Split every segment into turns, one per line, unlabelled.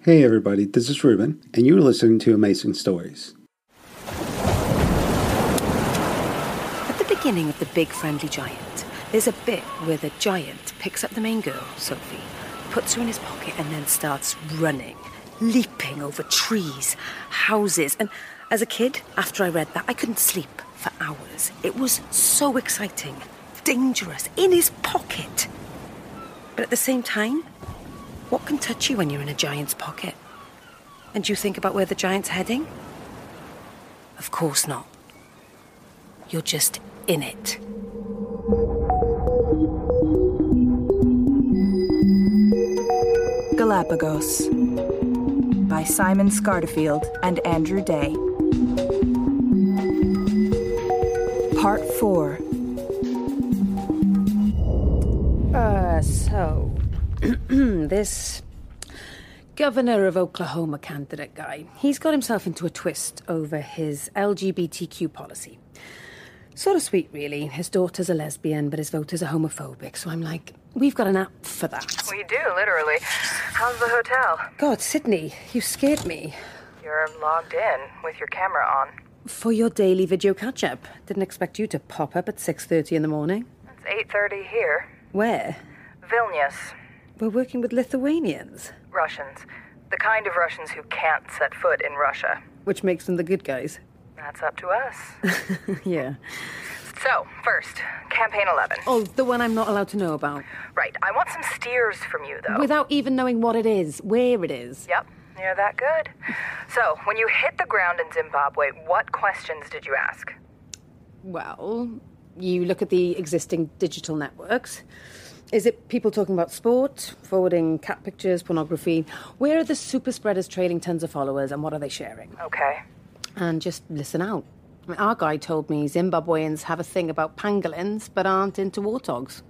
Hey, everybody, this is Ruben, and you're listening to Amazing Stories.
At the beginning of The Big Friendly Giant, there's a bit where the giant picks up the main girl, Sophie, puts her in his pocket, and then starts running, leaping over trees, houses. And as a kid, after I read that, I couldn't sleep for hours. It was so exciting, dangerous, in his pocket. But at the same time, what can touch you when you're in a giant's pocket? And do you think about where the giant's heading? Of course not. You're just in it.
Galapagos by Simon Scarterfield and Andrew Day. Part 4
Uh, so, this governor of Oklahoma candidate guy, he's got himself into a twist over his LGBTQ policy. Sort of sweet, really. His daughter's a lesbian, but his voters are homophobic, so I'm like, we've got an app for that.
We do, literally. How's the hotel?
God, Sydney, you scared me.
You're logged in with your camera on.
For your daily video catch up. Didn't expect you to pop up at 6:30 in the morning.
It's 8:30 here.
Where?
Vilnius.
We're working with Lithuanians,
Russians. The kind of Russians who can't set foot in Russia.
which makes them the good guys.
That's up to us.
yeah.
so, first, campaign 11.
Oh, the one I'm not allowed to know about.
Right, I want some steers from you, though.
Without even knowing what it is, where it is.
Yep, you're that good. So, when you hit the ground in Zimbabwe, what questions did you ask?
Well, you look at the existing digital networks. Is it people talking about sport, forwarding cat pictures, pornography? Where are the super spreaders trailing tons of followers and what are they sharing?
Okay.
And just listen out. I mean, Our guy told me Zimbabweans have a thing about pangolins but aren't into warthogs.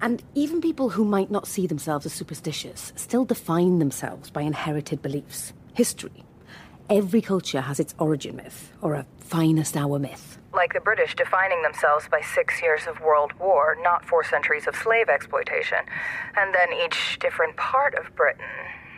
and even people who might not see themselves as superstitious still define themselves by inherited beliefs, history. Every culture has its origin myth or a finest hour myth.
Like the British defining themselves by six years of World War, not four centuries of slave exploitation. And then each different part of Britain,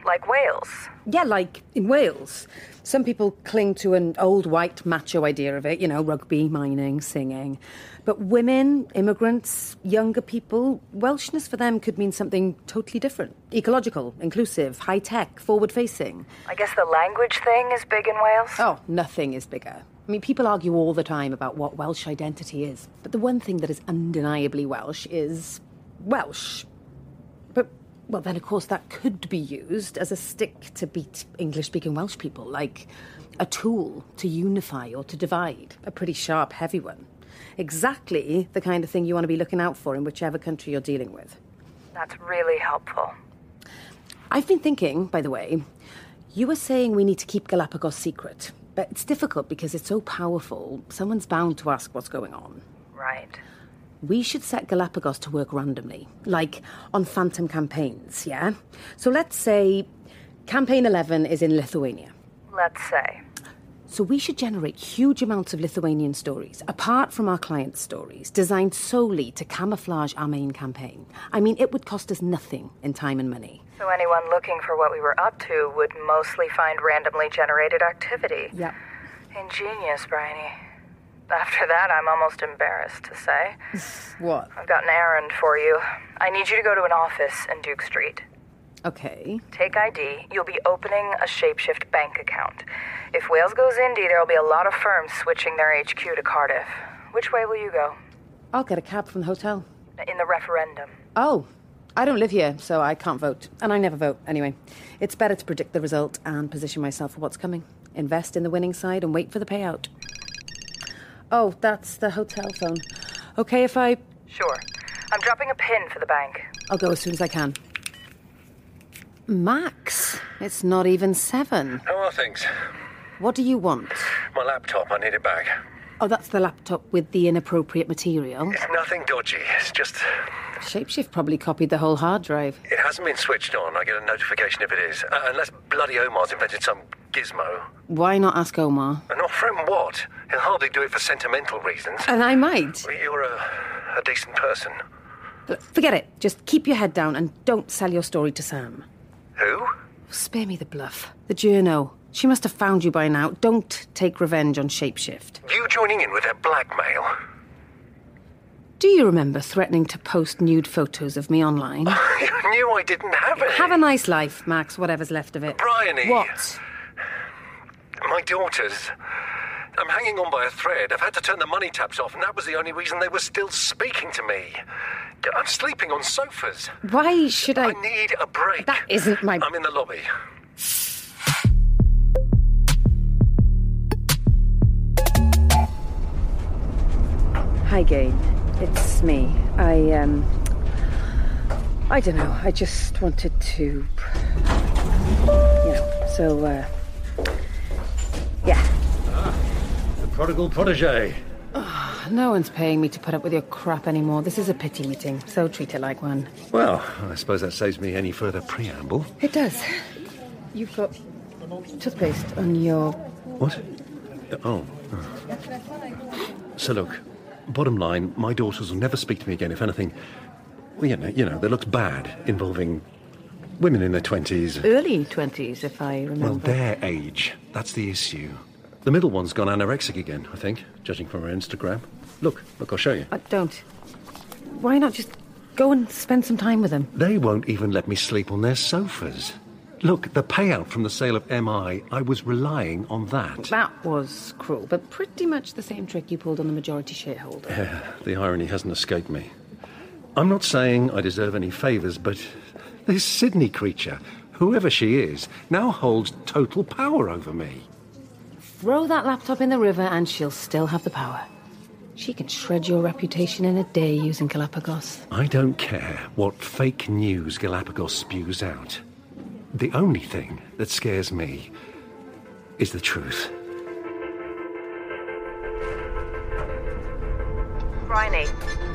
like Wales.
Yeah, like in Wales, some people cling to an old white macho idea of it, you know, rugby, mining, singing. But women, immigrants, younger people, Welshness for them could mean something totally different ecological, inclusive, high tech, forward facing.
I guess the language thing is big in Wales.
Oh, nothing is bigger. I mean, people argue all the time about what Welsh identity is, but the one thing that is undeniably Welsh is Welsh. But, well, then of course that could be used as a stick to beat English speaking Welsh people, like a tool to unify or to divide, a pretty sharp, heavy one. Exactly the kind of thing you want to be looking out for in whichever country you're dealing with.
That's really helpful.
I've been thinking, by the way, you were saying we need to keep Galapagos secret, but it's difficult because it's so powerful. Someone's bound to ask what's going on.
Right.
We should set Galapagos to work randomly, like on phantom campaigns, yeah? So let's say campaign 11 is in Lithuania.
Let's say.
So we should generate huge amounts of Lithuanian stories, apart from our clients' stories, designed solely to camouflage our main campaign. I mean, it would cost us nothing in time and money.
So anyone looking for what we were up to would mostly find randomly generated activity.
Yep.
Ingenious, Briny. After that, I'm almost embarrassed to say.
What?
I've got an errand for you. I need you to go to an office in Duke Street.
Okay.
Take ID. You'll be opening a shapeshift bank account. If Wales goes indie, there'll be a lot of firms switching their HQ to Cardiff. Which way will you go?
I'll get a cab from the hotel.
In the referendum.
Oh, I don't live here, so I can't vote. And I never vote, anyway. It's better to predict the result and position myself for what's coming. Invest in the winning side and wait for the payout. Oh, that's the hotel phone. Okay, if I.
Sure. I'm dropping a pin for the bank.
I'll go as soon as I can. Max, it's not even seven.
How are things?
What do you want?
My laptop, I need it back.
Oh, that's the laptop with the inappropriate material.
It's nothing dodgy. It's just,
Shapeshift probably copied the whole hard drive.
it hasn't been switched on. I get a notification if it is. Uh, unless bloody Omar's invented some gizmo.
Why not ask Omar?
And offer him what? He'll hardly do it for sentimental reasons.
And I might.
But You're a, a decent person.
Look, Forget it. Just keep your head down and don't sell your story to Sam.
Who?
Spare me the bluff. The journo. She must have found you by now. Don't take revenge on Shapeshift.
You joining in with their blackmail?
Do you remember threatening to post nude photos of me online?
you knew I didn't have it.
Have a nice life, Max, whatever's left of it.
Bryony.
What?
My daughters. I'm hanging on by a thread. I've had to turn the money taps off, and that was the only reason they were still speaking to me. I'm sleeping on sofas.
Why should I.
I need a break.
That isn't my-
I'm in the lobby.
Hi, Gabe. It's me. I, um. I don't know. I just wanted to. You know, so, uh. Yeah.
The prodigal protege.
No one's paying me to put up with your crap anymore. This is a pity meeting, so treat it like one.
Well, I suppose that saves me any further preamble.
It does. You've got toothpaste on your.
What? Oh. So look, bottom line, my daughters will never speak to me again. If anything, well, you know, you know, they looked bad involving women in their twenties.
Early 20s, if I remember.
Well, their age. That's the issue. The middle one's gone anorexic again, I think, judging from her Instagram. Look, look, I'll show you.
I don't. Why not just go and spend some time with them?
They won't even let me sleep on their sofas. Look, the payout from the sale of MI, I was relying on that.
That was cruel, but pretty much the same trick you pulled on the majority shareholder.
The irony hasn't escaped me. I'm not saying I deserve any favours, but this Sydney creature, whoever she is, now holds total power over me.
Throw that laptop in the river and she'll still have the power. She can shred your reputation in a day using Galapagos.
I don't care what fake news Galapagos spews out. The only thing that scares me is the truth.
Bryony,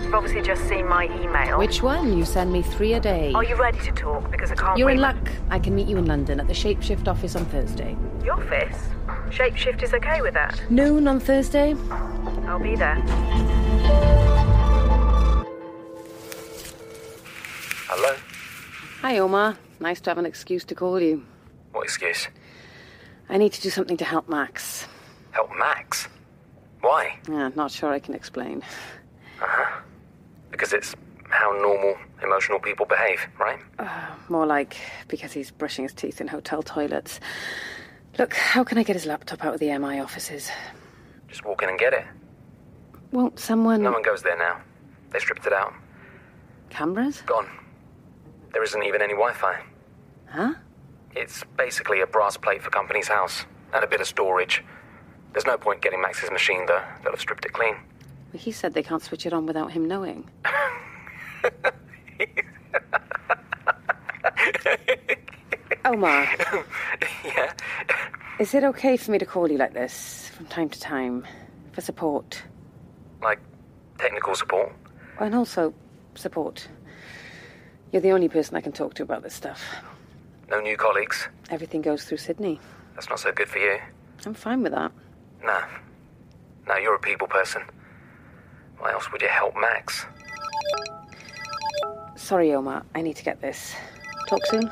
you've obviously just seen my email.
Which one? You send me three a day.
Are you ready to talk? Because I can't
You're
wait.
in luck. I can meet you in London at the Shapeshift office on Thursday.
Your office? Shapeshift is okay with that.
Noon on Thursday?
I'll be there.
Hello?
Hi, Omar. Nice to have an excuse to call you.
What excuse?
I need to do something to help Max.
Help Max? Why?
Yeah, not sure I can explain.
Because it's how normal emotional people behave, right?
More like because he's brushing his teeth in hotel toilets. Look, how can I get his laptop out of the MI offices?
Just walk in and get it.
Won't someone.
No one goes there now. They stripped it out.
Cameras?
Gone. There isn't even any Wi Fi.
Huh?
It's basically a brass plate for company's house and a bit of storage. There's no point getting Max's machine, though. They'll have stripped it clean.
He said they can't switch it on without him knowing. Omar. yeah? Is it okay for me to call you like this from time to time for support?
Like, technical support.
And also support. You're the only person I can talk to about this stuff.
No new colleagues.
Everything goes through Sydney.
That's not so good for you.
I'm fine with that.
No. No, you're a people person. Why else would you help Max?
Sorry, Omar. I need to get this. Talk soon.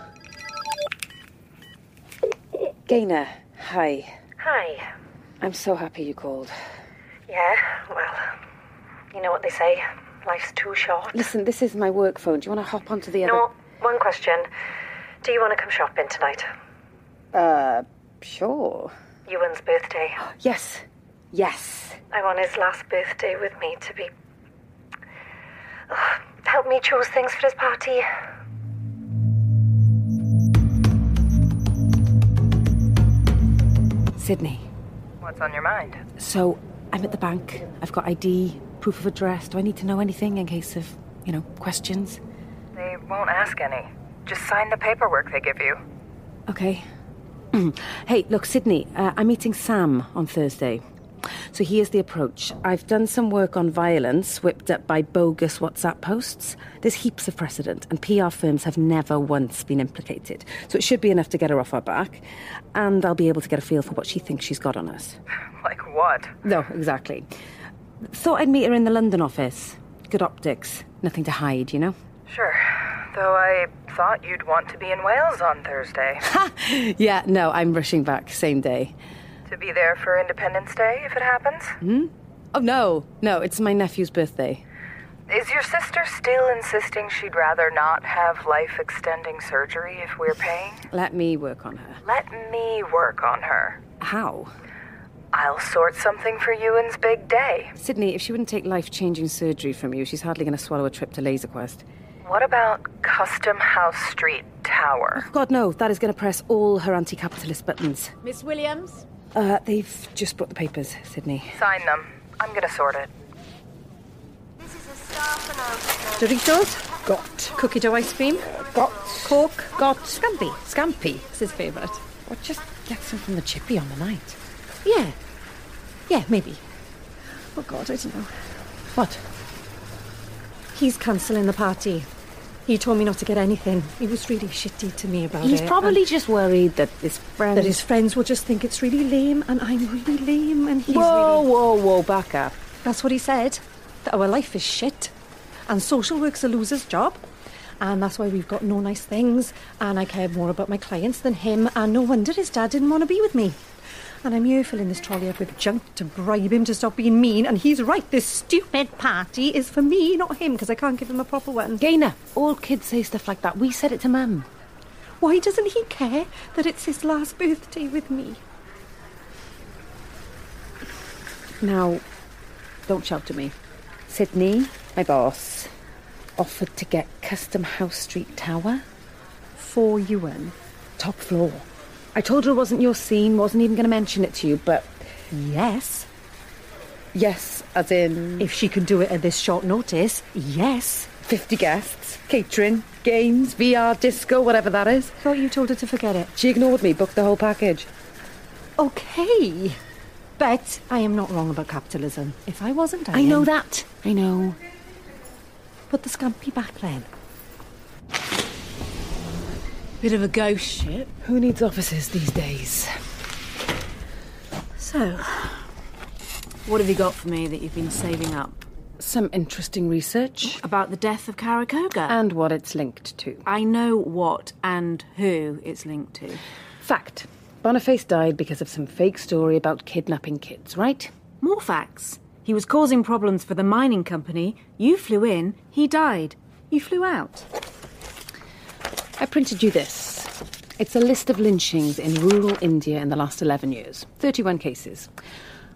Gaynor, hi.
Hi.
I'm so happy you called.
Yeah, well, you know what they say life's too short.
Listen, this is my work phone. Do you want to hop onto the other?
No, one question. Do you want to come shopping tonight?
Sure.
Ewan's birthday.
Yes. Yes.
I want his last birthday with me to be. Ugh, help me choose things for his party.
Sydney.
What's on your mind?
So I'm at the bank. I've got ID, proof of address. Do I need to know anything in case of, you know, questions?
They won't ask any. Just sign the paperwork they give you.
Okay. hey, look, Sydney, uh, I'm meeting Sam on Thursday. So here's the approach. I've done some work on violence whipped up by bogus WhatsApp posts. There's heaps of precedent, and PR firms have never once been implicated. So it should be enough to get her off our back, and I'll be able to get a feel for what she thinks she's got on us.
Like what?
No, exactly. Thought I'd meet her in the London office. Good optics, nothing to hide, you know?
Sure. Though I thought you'd want to be in Wales on Thursday.
Yeah, no, I'm rushing back same day.
to be there for Independence Day, if it happens.
Oh, no, no, it's my nephew's birthday.
Is your sister still insisting she'd rather not have life extending surgery if we're paying?
Let me work on her.
Let me work on her.
How?
I'll sort something for Ewan's big day.
Sydney, if she wouldn't take life changing surgery from you, she's hardly going to swallow a trip to LaserQuest.
What about Custom House Street Tower?
God, no, that is going to press all her anti capitalist buttons.
Miss Williams?
Uh, they've just brought the papers, Sydney.
Sign them. I'm gonna sort it.
This is a staff announcement.
Doritos? Got.
Cookie dough ice cream?
Got.
Cork?
Got.
Scampi. Scampi is his favourite.
Or just get some from the chippy on the night.
Yeah. Yeah, maybe.
Oh, God, I don't know.
What? He's cancelling the party. He told me not to get anything. He was really shitty to me about
He's
it.
probably just worried that his friend.
that his friends will just think it's really lame and I'm really lame and he's
Whoa,
really...
whoa, whoa, back up.
That's what he said. That our life is shit. And social work's a loser's job. And that's why we've got no nice things. And I care more about my clients than him. And no wonder his dad didn't want to be with me. And I'm here filling this trolley up with junk to bribe him to stop being mean. And he's right, this stupid party is for me, not him, because I can't give him a proper one.
Gainer, all kids say stuff like that. We said it to Mum.
Why doesn't he care that it's his last birthday with me?
Now, don't shout at me. Sydney, my boss, offered to get Custom House Street Tower for Ewan, top floor. I told her it wasn't your scene, wasn't even going to mention it to you, but
Yes.
yes, as in
If she can do it at this short notice, yes.
50 guests, catering, games, VR, disco, whatever that is.
Thought you told her to forget it.
She ignored me, booked the whole package.
Okay. But I am not wrong about capitalism. If I wasn't, I,
I know
am.
that. I know.
Put the scampy back then.
Bit of a ghost ship.
Who needs offices these days?
So,
What have you got for me that you've been saving up?
Some interesting research
About the death of Karakoga?
and what it's linked to.
I know what and who it's linked to.
Fact. Boniface died because of some fake story about kidnapping kids, right?
More facts. He was causing problems for the mining company. You flew in, he died. You flew out.
I printed you this. It's a list of lynchings in rural India in the last 11 years 31 cases.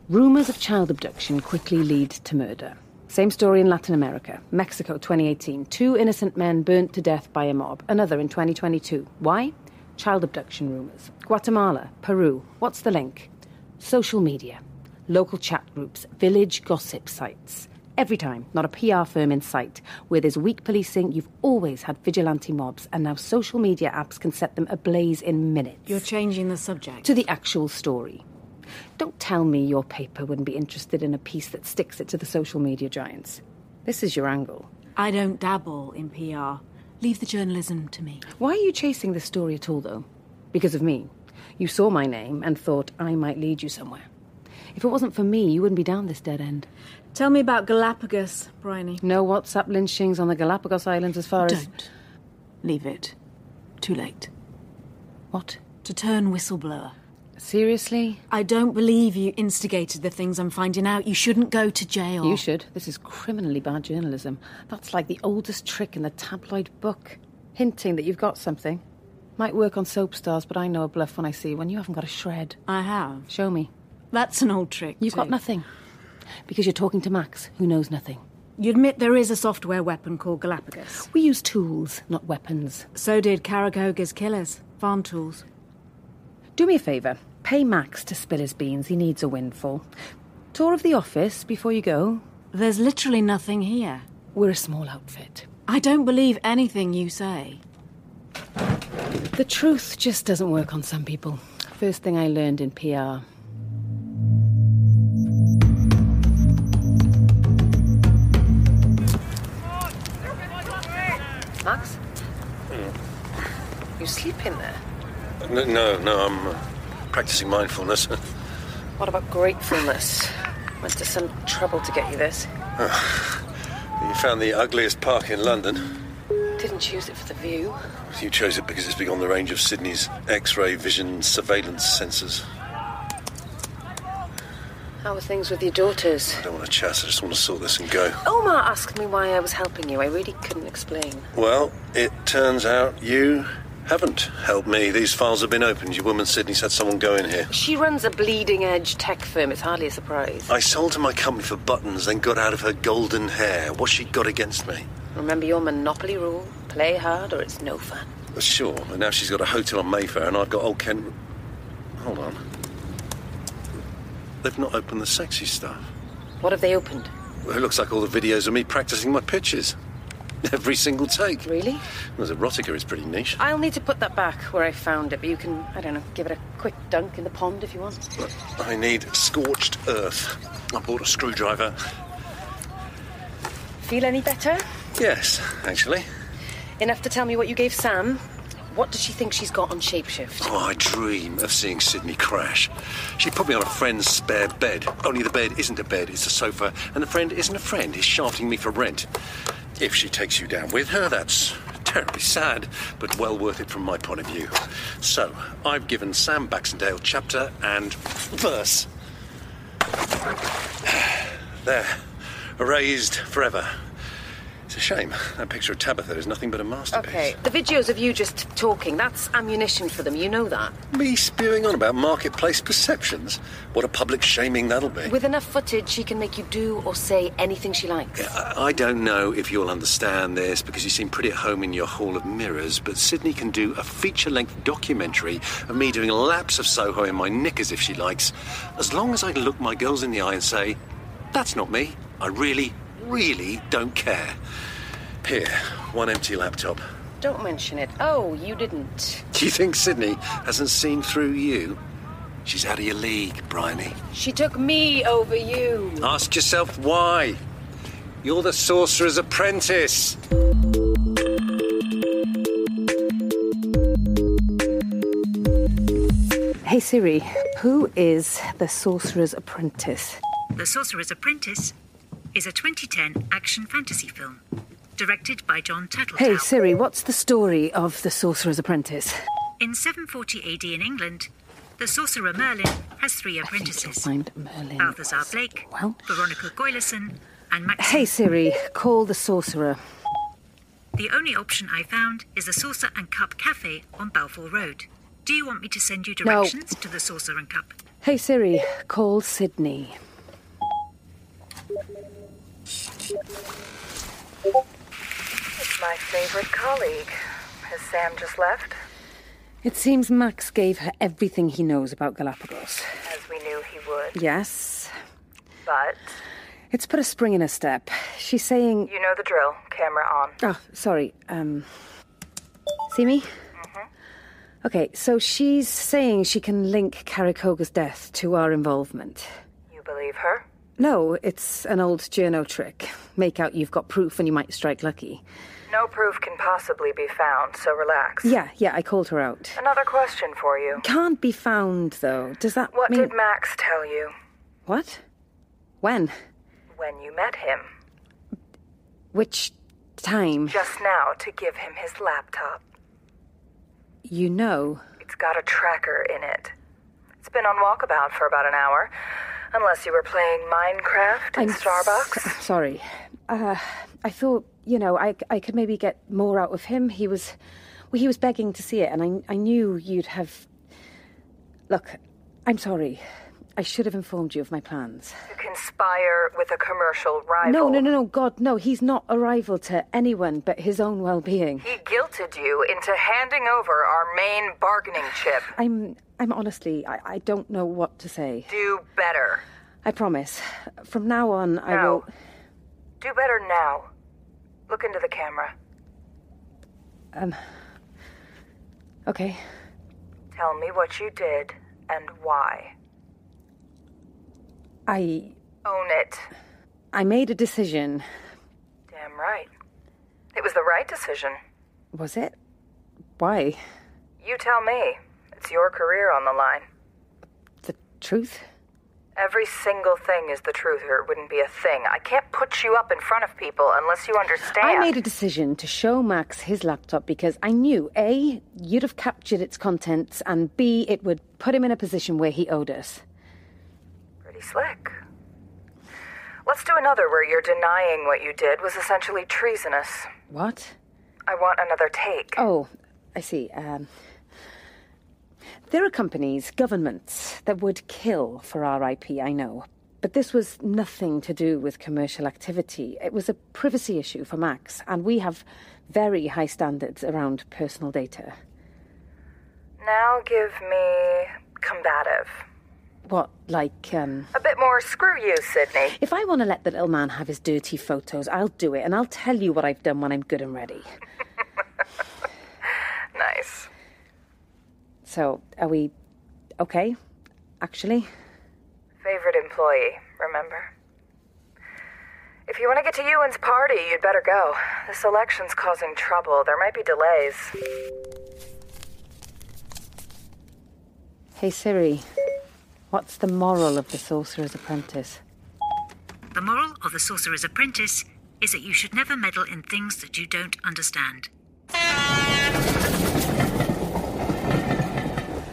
Rumours of child abduction quickly lead to murder. Same story in Latin America. Mexico 2018. Two innocent men burnt to death by a mob. Another in 2022. Why? Child abduction rumours. Guatemala, Peru. What's the link? Social media, local chat groups, village gossip sites. Every time, not a PR firm in sight. Where there's weak policing, you've always had vigilante mobs, and now social media apps can set them ablaze in minutes.
You're changing the subject.
to the actual story. Don't tell me your paper wouldn't be interested in a piece that sticks it to the social media giants. This is your angle.
I don't dabble in PR. Leave the journalism to me.
Why are you chasing this story at all, though? Because of me. You saw my name and thought I might lead you somewhere. If it wasn't for me, you wouldn't be down this dead end.
Tell me about Galapagos, Bryony.
No WhatsApp lynchings on the Galapagos Islands as far as.
Don't. Leave it. Too late.
What?
To turn whistleblower.
Seriously?
I don't believe you instigated the things I'm finding out. You shouldn't go to jail.
You should. This is criminally bad journalism. That's like the oldest trick in the tabloid book. Hinting that you've got something. Might work on soap stars, but I know a bluff when I see one. You haven't got a shred.
I have.
Show me.
That's an old trick.
You've got
too.
nothing. Because you're talking to Max, who knows nothing.
You admit there is a software weapon called Galapagos.
We use tools, not weapons.
So did Karakoga's killers, farm tools.
Do me a favour. Pay Max to spill his beans. He needs a windfall. Tour of the office before you go.
There's literally nothing here.
We're a small outfit.
I don't believe anything you say.
The truth just doesn't work on some people. First thing I learned in PR.
Max? You sleep in there?
No, no, no I'm uh, practicing mindfulness.
What about gratefulness? Went to some trouble to get you this.
you found the ugliest park in London.
Didn't choose it for the view.
You chose it because it's beyond the range of Sydney's X ray vision surveillance sensors.
How are things with your daughters?
I don't want to chat, I just want to sort this and go.
Omar asked me why I was helping you. I really couldn't explain.
Well, it turns out you haven't helped me. These files have been opened. Your woman Sydney's had someone go in here.
She runs a bleeding edge tech firm. It's hardly a surprise.
I sold to my company for buttons, then got out of her golden hair. What's she got against me?
Remember your monopoly rule play hard or it's no fun.
Well, Sure, and now she's got a hotel on Mayfair, and I've got old Kent. Hold on. They've not opened the sexy stuff.
What have they opened?
Well, It looks like all the videos of me practicing my pitches. Every single take.
Really?
Well, the erotica is pretty niche.
I'll need to put that back where I found it, but you can, I don't know, give it a quick dunk in the pond if you want.
But I need scorched earth. I bought a screwdriver.
Feel any better?
Yes, actually.
Enough to tell me what you gave Sam. What does she think she's got on shapeshift?
Oh, I dream of seeing Sydney crash. She put me on a friend's spare bed. Only the bed isn't a bed, it's a sofa, and the friend isn't a friend. He's shafting me for rent. If she takes you down with her, that's terribly sad, but well worth it from my point of view. So, I've given Sam Baxendale chapter and verse. There, erased forever. It's a shame. That picture of Tabitha is nothing but a masterpiece.
Okay, the videos of you just talking, that's ammunition for them, you know that.
Me spewing on about marketplace perceptions? What a public shaming that'll be.
With enough footage, she can make you do or say anything she likes.
I I don't know if you'll understand this because you seem pretty at home in your Hall of Mirrors, but Sydney can do a feature length documentary of me doing laps of Soho in my knickers if she likes, as long as I can look my girls in the eye and say, That's not me. I really, really don't care. Here, one empty laptop.
Don't mention it. Oh, you didn't.
Do you think Sydney hasn't seen through you? She's out of your league, Bryony.
She took me over you.
Ask yourself why. You're the sorcerer's apprentice.
Hey Siri, who is the Sorcerer's Apprentice?
The Sorcerer's Apprentice is a 2010 action fantasy film directed by John Turtletaub.
Hey Siri, what's the story of the Sorcerer's Apprentice?
In 740 AD in England, the sorcerer Merlin has three apprentices:
Find Merlin.
Balthazar Blake, Veronica Goyleson, and Max.
Hey Siri, call the Sorcerer.
The only option I found is the Saucer and Cup Cafe on Balfour Road. Do you want me to send you
No.
directions to the Saucer and Cup?
Hey Siri, call Sydney.
My favorite colleague. Has Sam just left?
It seems Max gave her everything he knows about Galapagos.
As we knew he would.
Yes.
But
It's put a spring in her step. She's saying,
you know the drill. Camera on.
Oh, sorry. Um, see me? Okay, so she's saying she can link Karikoga's death to our involvement.
You believe her?
No, it's an old journo trick. Make out you've got proof and you might strike lucky.
No proof can possibly be found, so relax.
Yeah, yeah, I called her out.
Another question for you.
Can't be found, though. Does that
What
mean...
did Max tell you
What? When?
when you met him?
Which time?
Just now to give him his laptop.
You know.
It's got a tracker in it. It's been on walkabout for about an hour. Unless you were playing Minecraft in
I'm
Starbucks.
s- sorry. Uh, I thought, you know, I, I could maybe get more out of him. He was, well, he was begging to see it, and I, I knew you'd have. Look, I'm sorry. I should have informed you of my plans.
You conspire with a commercial rival.
No, no, no, no, God, no. He's not a rival to anyone but his own well being.
He guilted you into handing over our main bargaining chip.
I'm, I'm honestly, I, I don't know what to say.
Do better.
I promise. From now on, I
No.
will.
Do better now. Look into the camera.
Okay.
Tell me what you did and why.
I,
Own it.
I made a decision.
Damn right. It was the right decision.
Was it? Why?
You tell me. It's your career on the line.
The truth?
Every single thing is the truth, or it wouldn't be a thing. I can't put you up in front of people unless you understand.
I made a decision to show Max his laptop because I knew A, you'd have captured its contents, and B, it would put him in a position where he owed us.
Pretty slick. Let's do another where you're denying what you did was essentially treasonous.
What?
I want another take.
Oh, I see. Um, there are companies, governments, that would kill for RIP, I know. But this was nothing to do with commercial activity. It was a privacy issue for Max, and we have very high standards around personal data.
Now give me combative.
What, like, um.
A bit more screw you, Sydney.
If I want to let the little man have his dirty photos, I'll do it, and I'll tell you what I've done when I'm good and ready.
nice.
So, are we okay, actually?
Favorite employee, remember? If you want to get to Ewan's party, you'd better go. This election's causing trouble. There might be delays.
Hey Siri, what's the moral of The Sorcerer's Apprentice?
The moral of The Sorcerer's Apprentice is that you should never meddle in things that you don't understand.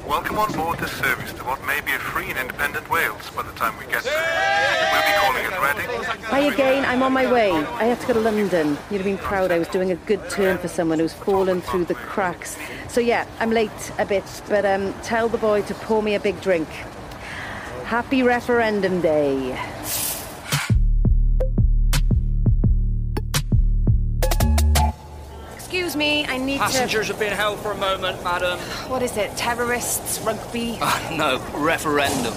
Welcome on board this service to what may be a free and independent Wales by the time we get there. We'll be calling at Reading.
Hi again, I'm on my way. I have to go to London. You'd have been proud I was doing a good turn for someone who's fallen through the cracks. So yeah, I'm late a bit, but um, tell the boy to pour me a big drink. Happy referendum day.
Excuse me, I need
Passengers
to.
have been held for a moment, madam.
What is it? Terrorists? Rugby?
No, referendum.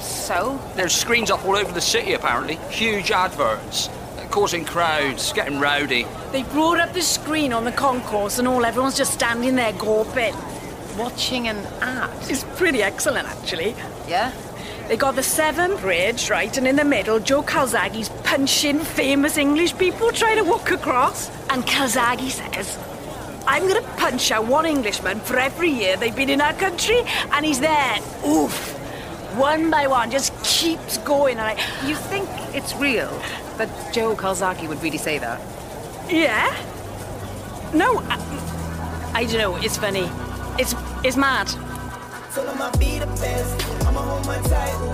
so?
There's screens up all over the city, apparently. Huge adverts, uh, causing crowds, getting rowdy.
They brought up the screen on the concourse, and all everyone's just standing there gawping.
Watching an ad?
It's pretty excellent, actually.
Yeah?
They got the Severn Bridge, right, and in the middle, Joe Calzaghe's punching famous English people trying to walk across. And Calzaghe says, I'm going to punch out one Englishman for every year they've been in our country, and he's there. Oof. One by one, just keeps going. And I,
You think it's real that Joe Kalzaki would really say that?
Yeah? No, I, I don't know. It's funny. It's it's mad.
Tell 'em I be the best. I'ma hold my title.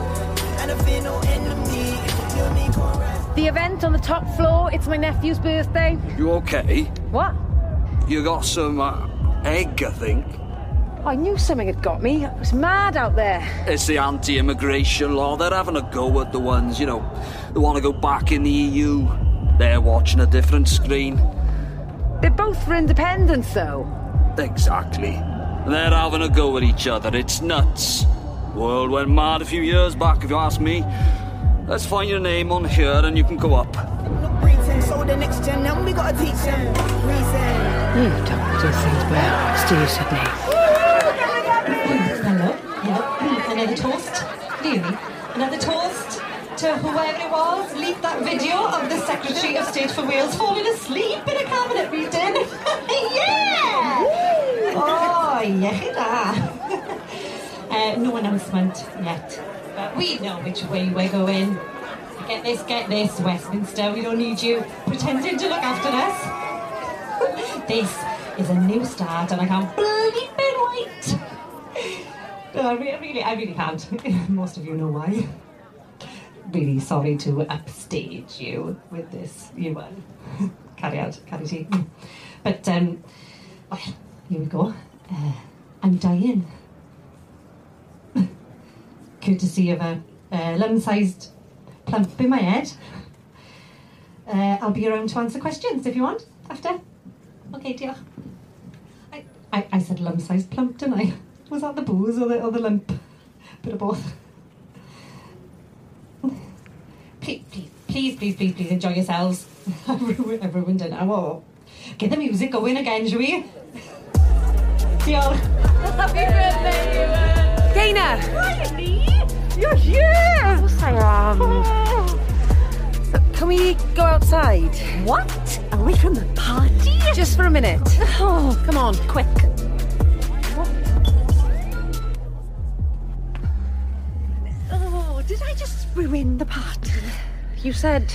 And if ain't no enemy, you and me gon' ride.
The event on the top floor, it's my nephew's birthday.
You okay?
What?
You got some uh, egg, I think.
I knew something had got me. It was mad out there.
It's the anti immigration law. They're having a go at the ones, you know, they want to go back in the EU. They're watching a different screen.
They're both for independence, though.
Exactly. They're having a go at each other. It's nuts. World went mad a few years back, if you ask me. Let's find your name on here and you can go up.
Reason, so the next gen, now we gotta teach 'em. Reason.
You don't do things well. It's to you, Sydney.
Hello. Hello. Another toast. Dear me. Another toast to whoever it was leaked that video of the Secretary of State for Wales falling asleep in a cabinet meeting. yeah! Oh, yeah. uh, no announcement yet, but we know which way we're going. Get this, get this, Westminster. We don't need you pretending to look after us. this is a new start, and I can't bloody wait. No, I re- I really, I really can't. Most of you know why. Really sorry to upstage you with this, you one. carry out, carry tea. But, um, well, here we go. Uh, I'm Diane. Courtesy of a, a lung sized plump in my head. Uh, I'll be around to answer questions if you want after. Okay, dear. I, I, I said lump sized plump, didn't I? Was that the booze or the, or the lump? Bit of both. Please, please, please, please, please, please enjoy yourselves. I've ruined, I've ruined it now. Oh. Get the music going again, shall we? Diolch.
Happy birthday, Ewan.
Dana!
You're here!
Of course I am.
Oh.
Can we go outside?
What? Away from the party?
Just for a minute.
Oh,
come on, quick.
Oh, did I just
just ruined the party.
You said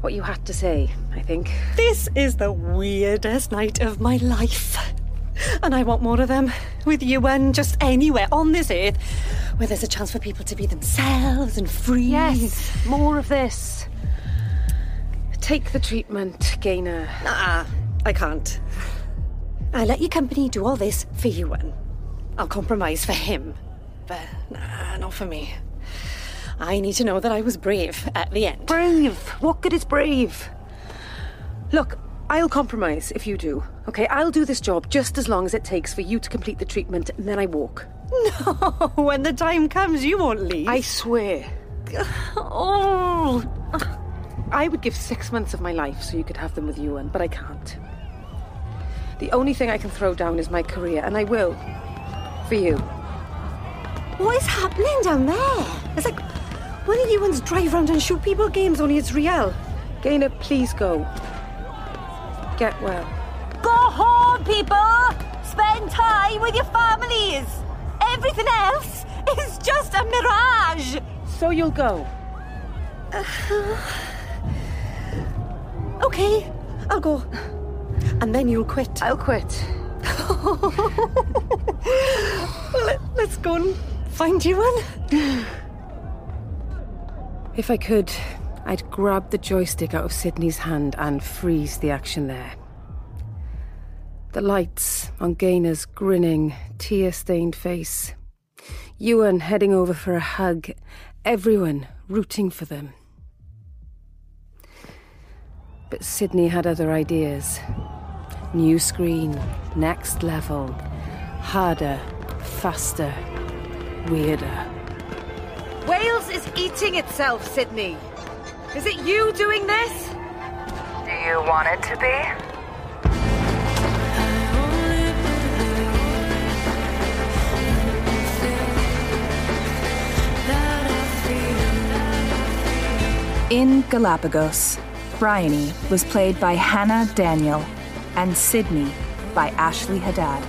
what you had to say, I think.
This is the weirdest night of my life. And I want more of them. With you and just anywhere on this earth where there's a chance for people to be themselves and free.
Yes, more of this. Take the treatment, Gainer.
Ah, I can't. I let your company do all this for Ewan. I'll compromise for him, but nah, not for me. I need to know that I was brave at the end.
Brave. What good is brave? Look, I'll compromise if you do. Okay, I'll do this job just as long as it takes for you to complete the treatment, and then I walk.
No, when the time comes, you won't leave.
I swear.
Oh,
I would give six months of my life so you could have them with Ewan, but I can't. The only thing I can throw down is my career, and I will. For you.
what is happening down there? It's like one of Ewan's drive round and shoot people games, only it's real.
Gainer, please go. Get well.
Go home, people! Spend time with your families! Everything else is just a mirage!
So you'll go.
Okay, I'll go. And then you'll quit.
I'll quit.
Let, let's go and find Ewan.
If I could, I'd grab the joystick out of Sydney's hand and freeze the action there. The lights on Gainer's grinning, tear stained face, Ewan heading over for a hug, everyone rooting for them. But Sydney had other ideas new screen, next level, harder, faster, weirder.
Wales is eating itself, Sydney. Is it you doing this?
Do you want it to be?
In Galapagos, Bryony was played by Hannah Daniel and Sydney by Ashley Haddad.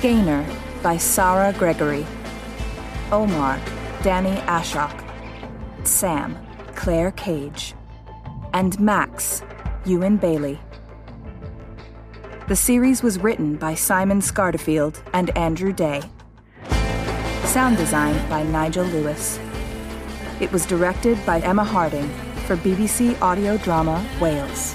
Gainer by Sarah Gregory. Omar, Danny Ashok. Sam, Claire Cage. And Max, Ewan Bailey. The series was written by Simon Scarterfield and Andrew Day. Sound design by Nigel Lewis. It was directed by Emma Harding for BBC audio drama Wales.